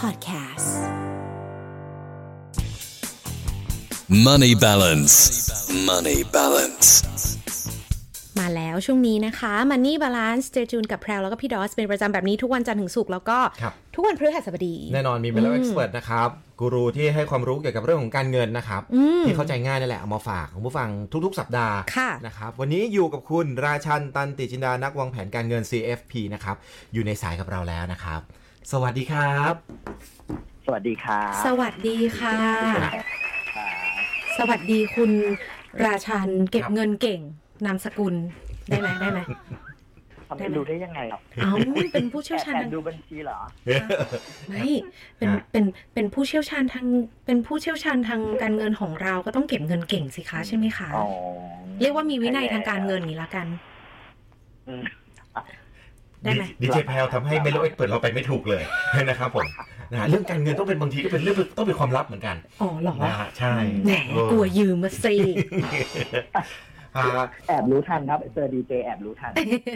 Podcasts. Money balance. Money balance. มาแล้วช่วงนี้นะคะ Money Balance เจอจูนกับแพรวแล้วก็พี่ดอส เป็นประจำแบบนี้ทุกวันจันทร์ถึงศุกร์แล้วก็ ครับ ทุกวันพฤหัสบดี แน่นอนมีเ e ลล์เอ็กซ์เพรสนะครับกูรูที่ให้ความรู้เกี่ยวกับเรื่องของการเงินนะครับ อืม ที่เข้าใจง่ายนั่นแหละ เอามาฝากของผู้ฟังทุกๆ สัปดาห์ ค่ะ นะครับวันนี้อยู่กับคุณราชันตันติจินดานักวางแผนการเงิน CFP นะครับ อยู่ในสายกับเราแล้วนะครับ สวัสดีครับ สวัสดีครับ สวัสดีค่ะ สวัสดีคุณราชันเก็บ ครับ เงินเก่ง นามสกุล ได้ไหมได้ไหม ทำให้รู้ได้ยังไงครับ เอ้าเป็นผู้ แอ เชี่ยว บ ชาญ แอ ทา บ ง ดูบัญชีเหรอ ไม่เป็นเป็นเป็นผู้เชี่ยวชาญทางเป็นผู้เชี่ยวชาญทางการเงินของเราก็ต้องเก็บเงินเก่งสิคะใช่ไหมคะ อ๋อ เรียกว่ามีวินัยทางการเงินนี้ละกัน อืม ได้ไหม ดีเจแพลทำให้เมลล์เอ็กซ์เพรสเราไปไม่ถูกเลย นะครับผมนะฮะเรื่องการเงินต้องเป็นบางทีก็เป็นเรื่องต้องเป็นความลับเหมือนกัน อ๋อเหรอ นะฮะใช่ แหม เออก ลัวยืมมาสิ อ่า แอบรู้ทันครับเจอดีเจแอบรู้ทั น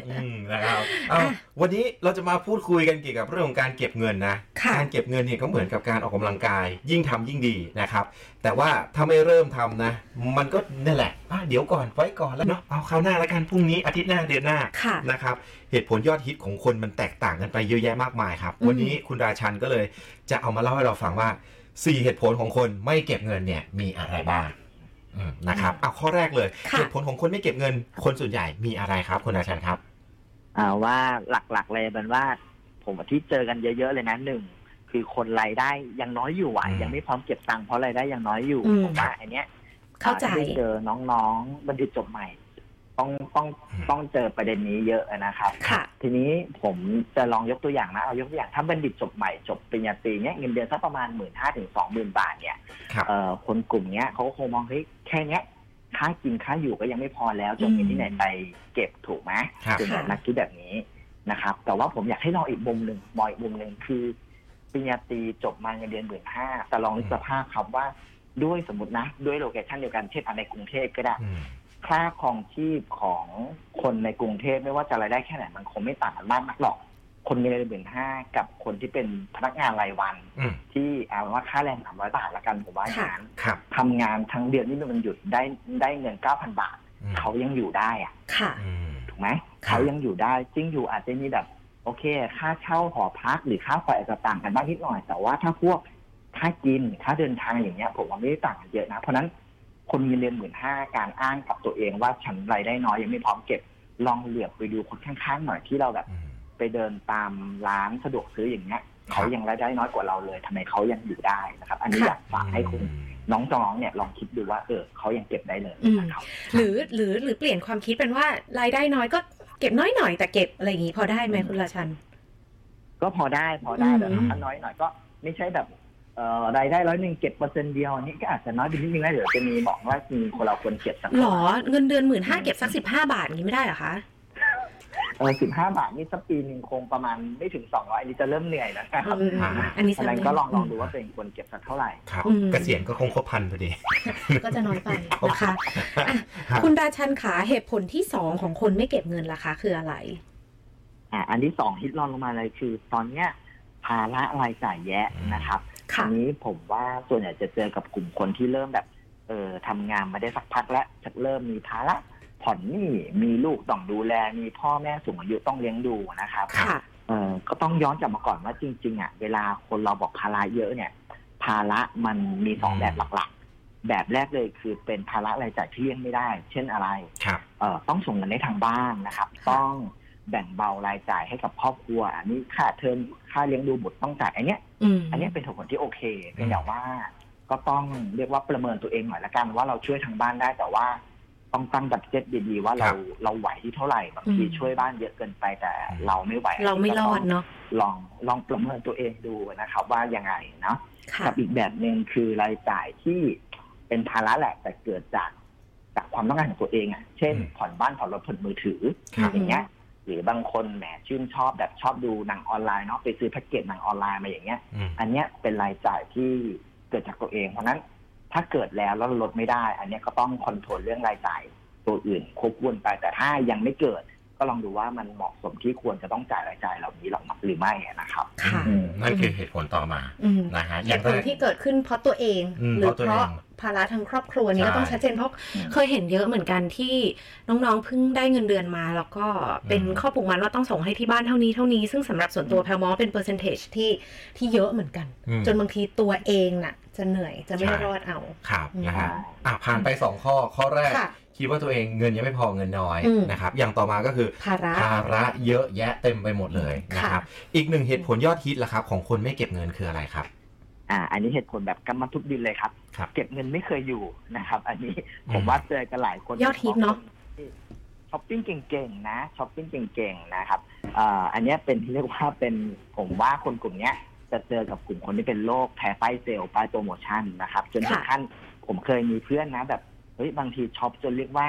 อืมนะครับเอาวันนี้เราจะมาพูดคุยกันเกี่ยวกับเรื่องของการเก็บเงินนะ ค่ะ การเก็บเงินเนี่ยก็เหมือนกับการออกกำลังกาย ยิ่งทำยิ่งดีนะครับ แต่ว่าถ้าไม่เริ่มทำนะ มันก็นั่นแหละอ่ะเดี๋ยวก่อนไว้ก่อนแล้วเนาะเอาคราวหน้าแล้วกันพรุ่งนี้อาทิตย์หน้าเดือนหน้า ค่ะ นะครับ เหตุผลยอดฮิตของคนมันแตกต่างกันไปเยอะแยะมากมายครับ อืม วันนี้คุณราชันก็เลยจะเอามาเล่าให้เราฟังว่าสี่เหตุผลของคนไม่เก็บเงินเนี่ยมีอะไรบ้างอืมนะครับเอาข้อแรกเลย ค่ะ เหตุผลของคนไม่เก็บเงิน คนส่วนใหญ่มีอะไรครับ คุณราชันครับ อ่าว่าหลักๆเลยเป็นว่า ผมที่เจอกันเยอะๆเลยนะหนึ่งคือคนรายได้ยังน้อยอยู่อ่ะ อืม ยังไม่พร้อมเก็บตังค์เพราะรายได้ยังน้อยอยู่ อืม ผมว่าอันเนี้ย เข้าใจ ที่เจอน้องๆบัณฑิตจบใหม่ ต้องต้องต้องเจอประเด็นนี้เยอะนะครับ ค่ะ ทีนี้ผมจะลองยกตัวอย่างนะเอายกตัวอย่างถ้าบัณฑิตจบใหม่จบปริญญาตรีเนี้ยเงินเดือนสักประมาณหมื่นห้าถึงสองหมื่นบาทเนี่ย ครับ เอ่อคนกลุ่มเนี้ยเขาก็คงมองเฮ้ยแค่เนี้ยค่ากินค่าอยู่ก็ยังไม่พอแล้วจะมี อืม ที่ไหนไปเก็บถูกไหม ครับ ส่วนใหญ่ ค่ะ นักคิดแบบนี้นะครับ แต่ว่าผมอยากให้ลองอีกมุมหนึ่งมองอีกมุมหนึ่งคือปริญญาตรีจบมาเงินเดือนหมื่นห้าแต่ลองนึกสภาพครับว่าด้วยสมมตินะด้วยโลเคชันเดียวกันเช่นอ่ะในกรุงเทพก็ได้ อืม ค่าครองชีพของคนในกรุงเทพไม่ว่าจะรายได้แค่ไหนมันคงไม่ต่างกันมากนักหรอก คนมีรายได้หมื่นห้ากับคนที่เป็นพนักงานรายวัน อืม ที่เอาว่าค่าแรงสามร้อยบาทละกันผมว่าอย่างนั้น ครับ ทำงานทั้งเดือนนี่มันหยุดได้ได้เงินเก้าพันบาท อืม เขายังอยู่ได้อะ ค่ะ อืม ถูกไหม ครับ เขายังอยู่ได้จริงอยู่อาจจะมีแบบ โอเค ค่าเช่าหอพักหรือค่าไฟอาจจะต่างกันบ้างนิดหน่อย แต่ว่าถ้าพวกค่ากินค่าเดินทางอย่างเงี้ย ผมว่าไม่ได้ต่างกันเยอะนะ เพราะฉะนั้นคนมีเรียนหมื่นห้าการอ้างกับตัวเองว่าฉันรายได้น้อยยังไม่พร้อมเก็บลองเหลือบไปดูคนข้างๆหน่อยที่เราแบบ อืม ไปเดินตามร้านสะดวกซื้ออย่างเงี้ย ครับ เขายังรายได้น้อยกว่าเราเลยทำไมเขายังอยู่ได้นะครับ อันนี้ ค่ะ อยากฝากให้คุณน้องจองๆเนี่ยลองคิดดูว่าเออเขายังเก็บได้เลย อืม นะครับ หรือหรือหรือเปลี่ยนความคิดเป็นว่ารายได้น้อยก็เก็บน้อยหน่อยแต่เก็บอะไรอย่างนี้พอได้ไหมคุณราชัน ก็พอได้พอได้แต่ อืม ถ้าน้อยหน่อยก็ไม่ใช่แบบเอ่อรายได้ร้อยหนึ่งเก็บเปอร์เซ็นต์เดียวอันนี้ก็อาจจะน้อยไปนิดนึงนะเดี๋ยวจะมีบอกว่ามีคนเราควรเก็บสัหกรอเงินเดือนหมื่นห้าเก็บสักสิบห้าบาทอย่างนี้ไม่ได้เหรอคะ เออสิบห้าบาทนี่สักปีหนึ่งคงประมาณไม่ถึงสองร้อยอันนี้จะเริ่มเหนื่อยแล้วนะครับ อืมอันนี้ ฉะนั้น สำคัญ ก็ลองลองดูว่าตัวเองควรเก็บสักเท่าไหร่ ครับ อืม เกษียณก็คงครบพันพอดี ก็จะน้อยไปนะคะอ่ะ ครับ คุณราชันขาเหตุผลที่สองของคนไม่เก็บเงินราคาคืออะไร อ่าอันที่สองฮิตลองลงมาเลยคือ ตอนเนี้ยภาระรายจ่ายแยะนะครับ ค่ะ อันนี้ผมว่าส่วนใหญ่จะเจอกับกลุ่มคนที่เริ่มแบบ เออทำงานมาได้สักพักแล้วจะเริ่มมีภาระผ่อนหนี้มีลูกต้องดูแล มีพ่อแม่สูงอายุต้องเลี้ยงดูนะครับ ค่ะ เออก็ต้องย้อนกลับมาก่อนว่าจริง ๆอ่ะเวลาคนเราบอกภาระเยอะเนี่ย ภาระมันมีสองแบบหลักๆ แบบแรกเลยคือเป็นภาระรายจ่ายที่เลี่ยงไม่ได้ เช่นอะไร ครับ เอ่อต้องส่งเงินให้ทางบ้านนะครับ ค่ะ ต้องแบ่งเบารายจ่ายให้กับครอบครัว อันนี้ค่าเทอมค่าเลี้ยงดูบุตรต้องจ่ายอันเนี้ย อืม อันเนี้ยเป็นเหตุผลที่โอเคเพียงแต่ว่า ก็ต้องเรียกว่าประเมินตัวเองหน่อยละกันว่าเราช่วยทางบ้านได้แต่ว่าต้องตั้งบัตเจ็ตดีๆ ว่า ค เรา รับ เราไหวที่เท่าไหร่บางที อืม ช่วยบ้านเยอะเกินไปแต่ อืม เราไม่ไหว เราไม่รอดเนาะ ลองลองประเมินตัวเองดูนะครับ ว่ายังไงเนาะ ค่ะ กับอีกแบบหนึ่งคือรายจ่ายที่เป็นภาระแหละแต่เกิดจากจากความต้องการของตัวเองอ่ะ เช่น อืม ผ่อนบ้านผ่อนรถผ่อนมือถือ ครับ อย่างเงี้ย หรือบางคนแหมชื่นชอบแบบชอบดูหนังออนไลน์เนาะไปซื้อแพ็กเกจหนังออนไลน์มาอย่างเงี้ย อืม อันเนี้ยเป็นรายจ่ายที่เกิดจากตัวเอง เพราะฉะนั้นถ้าเกิดแล้วแล้วลดไม่ได้ อันเนี้ยก็ต้องคอนโทรลเรื่องรายจ่ายตัวอื่นควบคู่กันไปแต่ถ้ายังไม่เกิด ก็ลองดูว่ามันเหมาะสมที่ควรจะต้องจ่ายรายจ่ายเหล่านี้หรอหรือไม่นะครับ ค่ะ อืมนั่นคือเหตุผลต่อมา อืม นะฮะอ เห ย่าง ตุ แร ผล ก ที่เกิดขึ้นเพราะตัวเอง อืม หรือ เพราะตัว เพ เอง ราะภาระทางครอบครัวนี้ก็ต้อง ใช่ ชัดเจนเพราะ อืม เคยเห็นเยอะเหมือนกันที่น้องๆเพิ่งได้เงินเดือนมา แล้วก็เป็น อืม ข้อผูกมัดว่าต้องส่งให้ที่บ้านเท่านี้เท่านี้ซึ่งสำหรับส่วนตัวแพลมองว่าเป็นเปอร์เซนเทจที่ที่เยอะเหมือนกัน อืม จนบางทีตัวเองน่ะ จะเหนื่อยจะไม่ ใช่ รอดเอา ครับ อืม นะฮะอ่ะผ่านไปสองข้อข้อแรก ค่ะ คิดว่าตัวเองเงินยังไม่พอเงินน้อย อืม นะครับ อย่างต่อมาก็คือ ภาระ ภาระเยอะแยะเต็มไปหมดเลยนะครับ อีกหนึ่งเหตุผลยอดฮิตละครับ ของคนไม่เก็บเงินคืออะไรครับ อ่า อันนี้เหตุผลแบบกำมัดทุบดินเลยครับ ครับ เก็บเงินไม่เคยอยู่นะครับ อันนี้ อืม ผมว่าเจอกันหลายคน ยอดฮิตเนอะ ที่ช้อปปิ้งเก่งๆนะช้อปปิ้งเก่งๆนะครับอ่าอันเนี้ยเป็นที่เรียกว่าเป็นผมว่าคนกลุ่มเนี้ยจะเจอกับกลุ่มคนที่เป็นโรคแพ้ป้ายเซลล์ป้ายโปรโมชั่นนะครับ จนถึงขั้นผมเคยมีเพื่อนนะ แบบเฮ้ยบางทีช็อปจนเรียกว่า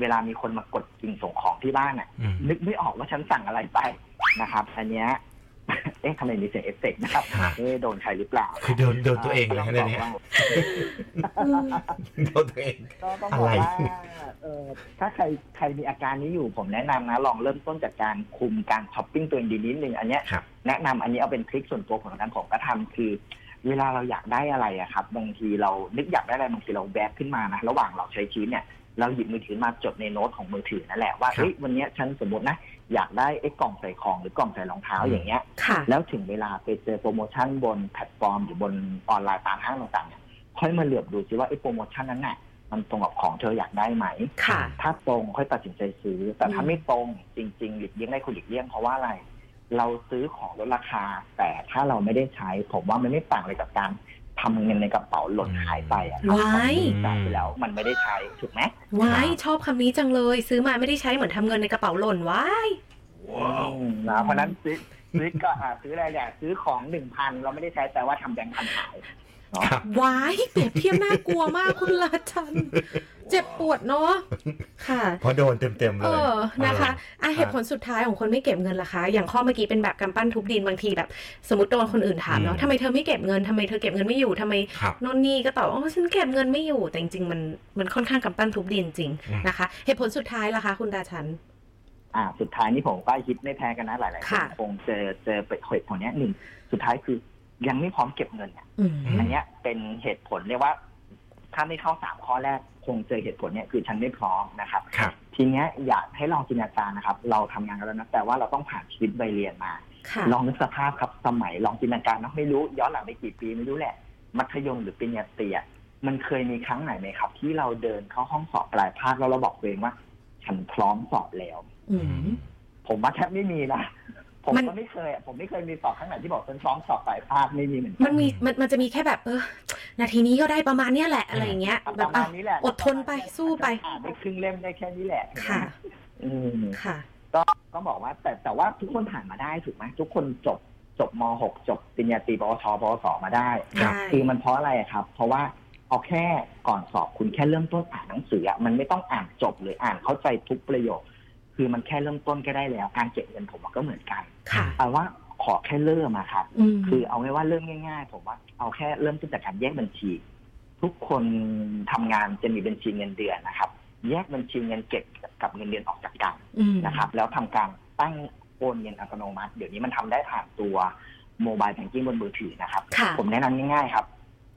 เวลามีคนมากดกิ่งส่งของที่บ้านอ่ะ อืม นึกไม่ออกว่าฉันสั่งอะไรไปนะครับ อันเนี้ย เอ๊ะทำไมมีเสียงเอฟเฟกต์นะครับ ฮะ เอ๊ะโดนใครหรือเปล่า คือโดนโดนตัวเองนะฮะ ก็ ใน ต้องบ เนี้ อยกว่า อืม โดนตัวเอง ก็ต้องบอกว่า อะไร เออถ้าใครใครมีอาการนี้อยู่ผมแนะนำนะ ลองเริ่มต้นจากการคุมการช้อปปิ้งตัวเองดีนิดนึงอันเนี้ย ครับ แนะนำอันนี้เอาเป็นทริคส่วนตัวของกันผมก็ทำคือ เวลาเราอยากได้อะไรอะครับ บางทีเรานึกอยากได้อะไรบางทีเราแวบขึ้นมานะระหว่างเราใช้ชีวิตเนี่ยเราหยิบมือถือมาจดในโน้ตของมือถือนั่นแหละว่า ครับ เฮ้ยวันเนี้ยฉันสมมตินะอยากได้ไอ้กล่องใส่ของหรือกล่องใส่รองเท้า อืม อย่างเงี้ย ค่ะ แล้วถึงเวลาไปเจอโปรโมชั่นบนแพลตฟอร์มหรือบนออนไลน์ตามห้างต่างๆเนี่ยค่อยมาเหลือบดูซิว่าไอ้โปรโมชั่นนั้นน่ะมันตรงกับของเธออยากได้ไหม ค่ะ ถ้าตรงค่อยตัดสินใจซื้อ แต่ถ้า อืม ไม่ตรงจริงๆหลีกเลี่ยงได้คุณหลีกเลี่ยงเพราะว่าอะไร เราซื้อของลดราคา แต่ถ้าเราไม่ได้ใช้ ผมว่ามันไม่ต่างอะไรกับการทำเงินในกระเป๋าหล่นหายไปอะครับ ว้าย ของที่จ่ายไปแล้วมันไม่ได้ใช้ถูกไหม ว้ายชอบคำนี้จังเลย ซื้อมาไม่ได้ใช้เหมือนทำเงินในกระเป๋าหล่นว้าย อืมนะเพราะฉะนั้นซื้อซื้อก็อ่ะซื้ออะไรเนี่ยซื้อของหนึ่งพันเราไม่ได้ใช้แต่ว่าทำแบงค์พันหายเนาะ ว้ายเปรียบเทียบน่ากลัวมากคุณลาชัน เจ็บปวดเนาะค่ะ เพราะโดนเต็มเต็มๆเล เอย อนะคะอ่ะ ครับ เหตุผลสุดท้ายของคนไม่เก็บเงินล่ะคะ อย่างข้อเมื่อกี้เป็นแบบกำปั้นทุบดินบางทีแบบ สมมติโดนคนอื่นถามเนาะทำไมเธอไม่เก็บเงินทำไมเธอเก็บเงินไม่อยู่ทำไม ครับ โนนนี่ก็ตอบอ๋อฉันเก็บเงินไม่อยู่แต่จริงๆมันมันค่อนข้างกำปั้นทุบดินจริง อืม นะคะ เหตุผลสุดท้ายล่ะคะ คุณตาชัน อ่าสุดท้ายนี่ผมก็คิดไม่แพ้กันนะหลายๆค ค่ะ นคงเจอเจอเหตุผลเนี้ยหนึ่งสุดท้ายคือยังไม่พร้อมเก็บเงินอะ อืม อันเนี้ยเป็นเหตุผลเรียกว่า ถ้าไม่เข้าสามข้อแรกคงเจอเหตุผลเนี้ยคือฉันไม่พร้อมนะครับ ครับ ทีเนี้ยอยากให้ลองจินตนาการนะครับ เราทำงานกันแล้วนะแต่ว่าเราต้องผ่านชีวิตใบเรียนมา ค่ะ ลองนึกสภาพครับสมัยลองจินตนาการนะไม่รู้ย้อนหลังไปกี่ปีไม่รู้แหละ มัธยมหรือปริญญาตรีอะมันเคยมีครั้งไหนไหมครับ ที่เราเดินเข้าห้องสอบปลายภาคแล้วเราบอกตัวเองว่า ฉันพร้อมสอบแล้ว อืม ผมว่าแทบไม่มีนะ ผม มัน ก็ไม่เคยอะผมไม่เคยมีสอบข้างไหนที่บอกเป็นซ้อมสอบปลายภาคไม่มีเหมือนกั มันมีมันมันจะมีแค่แบบเออนาทีนี้ก็ได้ประมาณเนี้ยแหละอะไรอย่างเงี้ย ป แบบ ระ อ่ะ มาณนี้แหละ อดทนไปสู้ไป อ่านได้ครึ่งเล่มได้แค่นี้แหละ ค่ะ อืม ค่ะ ก็บอกว่า แต่แต่ว่าทุกคนผ่านมาได้ถูกไหมทุกคนจบจบม .6 จบปริญญาตรีปวชปวสมาได้ ครับ ได้ คือมันเพราะอะไรอะครับ เพราะว่าเอาแค่ก่อนสอบคุณแค่เริ่มต้นอ่านหนังสืออะมันไม่ต้องอ่านจบหรืออ่านเข้าใจทุกประโยค คือมันแค่เริ่มต้นก็ได้แล้ว การเก็บเงินผมว่าก็เหมือนกัน ค่ะ เอาว่าขอแค่เริ่มอะครับ อืม คือเอาไว้ว่าเริ่มง่ายๆ ผมว่าเอาแค่เริ่มต้นจากการแยกบัญชี ทุกคนทำงานจะมีบัญชีเงินเดือนนะครับ แยกบัญชีเงินเก็บกับเงินเดือนออกจากกัน อืม นะครับ แล้วทำการตั้งโอนเงินอัตโนมัติ เดี๋ยวนี้มันทำได้ผ่านตัวโมบายแบงกิ้งบนมือถือนะครับ ค่ะ ผมแนะนำง่ายๆครับ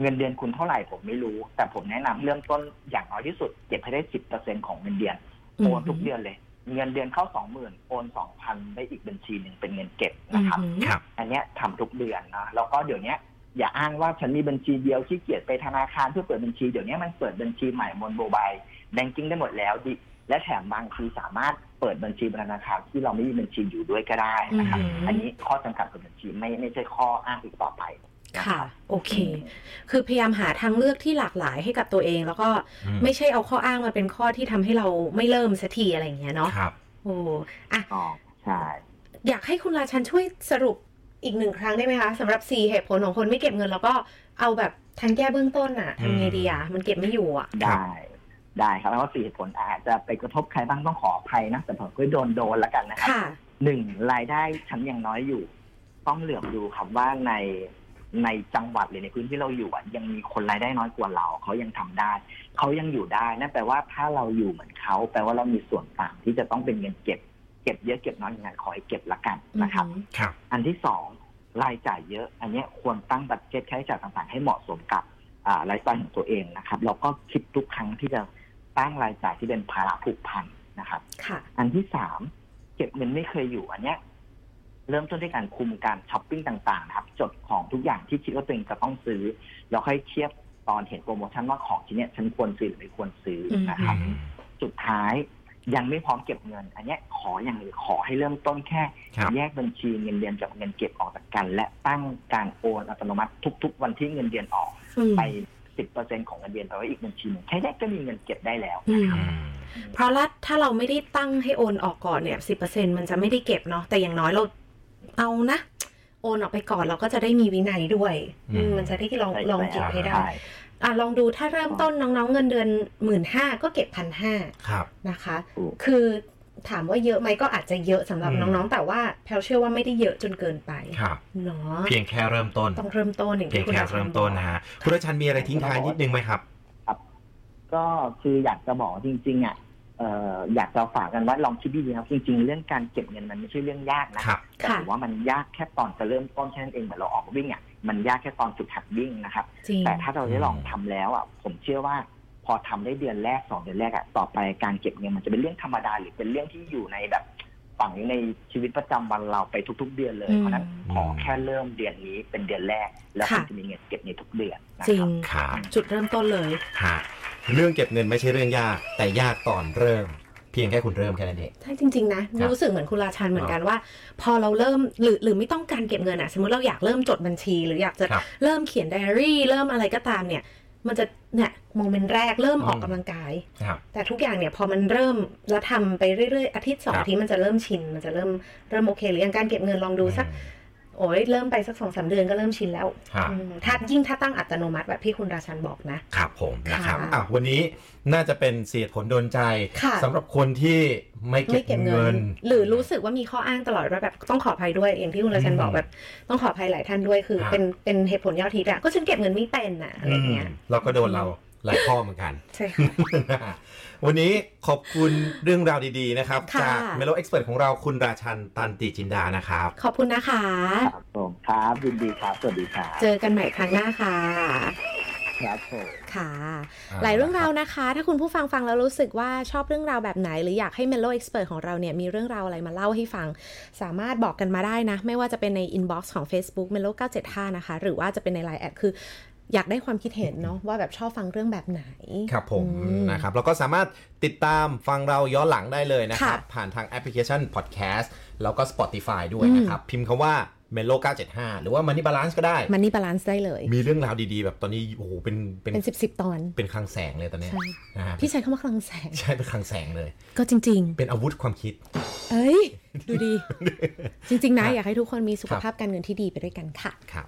เงินเดือนคุณเท่าไหร่ผมไม่รู้ แต่ผมแนะนำเริ่มต้นอย่างน้อยที่สุดเก็บให้ได้สิบเปอร์เซ็นของเงินเดือนโอนทุกเดือนเลย เงินเดือนเข้าสองหมื่นโอนสองพันได้อีกบัญชีหนึ่งเป็นเงินเก็บนะครับ อืม ครับ อันเนี้ยทำทุกเดือนนะแล้วก็เดี๋ยวเนี้ยอย่าอ้างว่าฉันมีบัญชีเดียวขี้เกียจไปธนาคารเพื่อเปิดบัญชีเดี๋ยวเนี้ยมันเปิดบัญชีใหม่บนโมบายแบงกิ้งได้หมดแล้วดิและแถมบางทีสามารถเปิดบัญชีธนาคารที่เราไม่มีบัญชีอยู่ด้วยก็ได้นะครับ อืม อันนี้ข้อจำกัดของบัญชีไม่ไม่ใช่ข้ออ้างอีกต่อไปน ค่ะ รับ โอเค คือพยายามหาทางเลือกที่หลากหลายให้กับตัวเอง แล้วก็ อืม ไม่ใช่เอาข้ออ้างมาเป็นข้อที่ทำให้เราไม่เริ่มสักทีอะไรอย่างเงี้ยเนาะ ครับ โอ้อะ อ๋อใช่ อยากให้คุณราชันช่วยสรุปอีกหนึ่งครั้งได้ไหมคะสำหรับ4เหตุผลของคนไม่เก็บเงิน แล้วก็เอาแบบทางแก้เบื้องต้นอะทำไงดีอะมันเก็บไม่อยู่อะ ได้ ได้ครับแล้วก็สี่เหตุผลอาจจะไปกระทบใครบ้างต้องขออภัยนะ แต่ผมก็โดนโดนแล้วกันนะครับ ค่ะ หนึ่งรายได้ฉันยังน้อยอยู่ ต้องเหลือบดูครับว่าในในจังหวัดหรือในพื้นที่เราอยู่อะยังมีคนรายได้น้อยกว่าเรา เขายังทำได้ เขายังอยู่ได้นั่นแปลว่าถ้าเราอยู่เหมือนเขาแปลว่าเรามีส่วนต่างที่จะต้องเป็นเงินเก็บ ก็บเยอะเก็บน้อยยังไงขอให้เก็บละกันนะครับ อืม ครับ อันที่สองรายจ่ายเยอะ อันเนี้ยควรตั้งบัตเจ็ตค่าใช้จ่ายต่างๆ ให้เหมาะสมกับอ่ารายจ่ายของตัวเองนะครับแล้วก็คิดทุกครั้งที่จะตั้งรายจ่ายที่เป็นภาระผูกพันนะครับ ค่ะ อันที่สามเก็บเงินไม่เคยอยู่อันเนี้ยเริ่มต้นด้วยการคุมการช้อปปิ้งต่างๆนะครับ จดของทุกอย่างที่คิดว่าตัวเองจะต้องซื้อ แล้วค่อยเทียบตอนเห็นโปรโมชั่นว่าของชิ้นเนี้ยฉันควรซื้อหรือไม่ควรซื้อนะครับ อืม สุดท้ายยังไม่พร้อมเก็บเงิน อันเนี้ยขออย่างเดียวขอให้เริ่มต้นแค่ ครับ แยกบัญชีเงินเดือนกับเงินเก็บออกจากกัน และตั้งการโอนอัตโนมัติทุก ๆ วันที่เงินเดือนออก อืม ไป 10%ของเงินเดือนไปไว้อีกบัญชีหนึ่งแค่นี้ก็มีเงินเก็บได้แล้ว อืม อืม เพราะละถ้าเราไม่ได้ตั้งให้โอนออกก่อนเนี่ยสิบเปอร์เซ็นมันจะไม่ได้เก็บเนาะแต่อย่างน้อยเราเอานะ โอนออกไปก่อนเราก็จะได้มีวินัยด้วย อืม อืมมันจะได้ลอง ใช่ ลอง ใช่ เก็บให้ได้ ใช่ อ่ะลองดูถ้าเริ่มต้นน้องๆเงินเดือนหมื่นห้าก็เก็บพันห้า ครับ นะคะ ถูก คือถามว่าเยอะไหมก็อาจจะเยอะสำหรับ อืม น้องๆ แต่ว่าแพลเชื่อว่าไม่ได้เยอะจนเกินไป ครับ เนาะ เพียงแค่เริ่มต้น ต้องเริ่มต้นอย่าง เพียง ที่คุณ แค่ อาจารย์ เริ่มต้นนะฮะคุณอาชันมีอะไรทิ้งท้ายนิดนึงไหมครับ ก็คืออยากจะบอกว่าจริงๆอ่ะเอ่ออยากจะฝากกันว่าลองคิดดีๆครับจริง ๆ เรื่องการเก็บเงินมันไม่ใช่เรื่องยากนะครับ แต่ ค่ะ ถือว่ามันยากแค่ตอนจะเริ่มต้นแค่นั้นเองเหมือนเราออกวิ่งอ่ะมันยากแค่ตอนฝึกหัดวิ่งนะครับ จริง แต่ถ้าเราได้ลองทำแล้วอ่ะผมเชื่อว่าพอทำได้เดือนแรกสองเดือนแรกอ่ะต่อไปการเก็บเงินมันจะเป็นเรื่องธรรมดาหรือเป็นเรื่องที่อยู่ในแบบฝังในชีวิตประจำวันเราไปทุก ๆ เดือนเลย อืม เพราะฉะนั้นขอ อืม แค่เริ่มเดือนนี้เป็นเดือนแรก แล้ว ค่ะ คุณจะมีเงินเก็บในทุกเดือนนะ จริ ค ง รับ ครับ จุดเริ่มต้นเลย ฮะเรื่องเก็บเงินไม่ใช่เรื่องยาก แต่ยากตอนเริ่ม เพียงแค่คุณเริ่มแค่นั้นเอง ใช่จริง ๆ นะครับ รู้สึกเหมือนคุณราชันเหมือนกันว่า พอเราเริ่มหรือหรือไม่ต้องการเก็บเงินอะสมมติเราอยากเริ่มจดบัญชี หรืออยากจะ ครับ เริ่มเขียนไดอารี่ เริ่มอะไรก็ตามเนี่ย มันจะเนี่ยโมเมนต์แรกเริ่มออก อืม กำลังกาย ครับ แต่ทุกอย่างเนี่ยพอมันเริ่มแล้วทำไปเรื่อยๆ อาทิตย์สอง ครับ อาทิตย์มันจะเริ่มชิน มันจะเริ่มเริ่มโอเค หรืออย่างการเก็บเงินลองดูสักโอ้ยเริ่มไปสักสองสามเดือนก็เริ่มชินแล้ว ฮะ อืมถ้ายิ่งถ้าตั้งอัตโนมัติแบบที่คุณราชันบอกนะ ครับผมนะครับ ค่ะ อ่ะวันนี้น่าจะเป็นเสียผลโดนใจ ค่ะ สำหรับคนที่ไม่ ไม่ เก็ เก็ บบ เงิ เงิ น น หรือรู้สึกว่ามีข้ออ้างตลอดว่าแบบต้องขออภัยด้วยอย่างที่คุณราชันบอกแบบ ต้องขออภัยหลายท่านด้วยคือ ครับ เป็นเป็นเหตุผลยอดฮิตอะก็ฉันเก็บเงินไม่เป็นอะอะไรเงี้ย อืมเราก็โดนเราหลายข้อเหมือนกัน ใช่ค่ะ วันนี้ขอบคุณเรื่องราวดีๆนะครับ ค่ะ จากเมโลเอ็กซ์เพรสของเราคุณราชันตันติจินดานะครับ ขอบคุณนะคะ ครับผมครับยินดีครับสวัสดีครับ เจอกันใหม่ครั้งหน้าค่ะ ครับผม ค่ะ หลายเรื่องราวนะคะ ถ้าคุณผู้ฟังฟังแล้วรู้สึกว่าชอบเรื่องราวแบบไหน หรืออยากให้ Melo Expert ของเราเนี่ยมีเรื่องราวอะไรมาเล่าให้ฟัง สามารถบอกกันมาได้นะ ไม่ว่าจะเป็นใน Inbox ของ Facebook Melo 975 นะคะ หรือว่าจะเป็นใน Line แอดคืออยากได้ความคิดเห็นเนาะว่าแบบชอบฟังเรื่องแบบไหน ครับผม อืม นะครับแล้วก็สามารถติดตามฟังเราย้อนหลังได้เลยนะครับ ค่ะ ผ่านทางแอปพลิเคชัน Podcast แล้วก็ Spotify ด้วยนะครับ พิมพ์คำว่า Melo 975 หรือว่า Money Balance ก็ได้ มันนี่บาลานซ์ได้เลย มีเรื่องราวดีๆ แบบตอนนี้โอ้โหเป็นเป็น เป็น 10บสตอน เป็นคลังแสงเลยตอนเนี้ย ใช่ นะฮะ พี่ใช้คำว่าคลังแสง ใช่เป็นคลังแสงเลย ก็จริง เป็นอาวุธความคิด ๆ เอ้ย ดู ดี จริง ๆ นะ ครับ อยากให้ทุกคนมีสุขภาพการเงินที่ดีไปด้วยกันค่ะ ครับ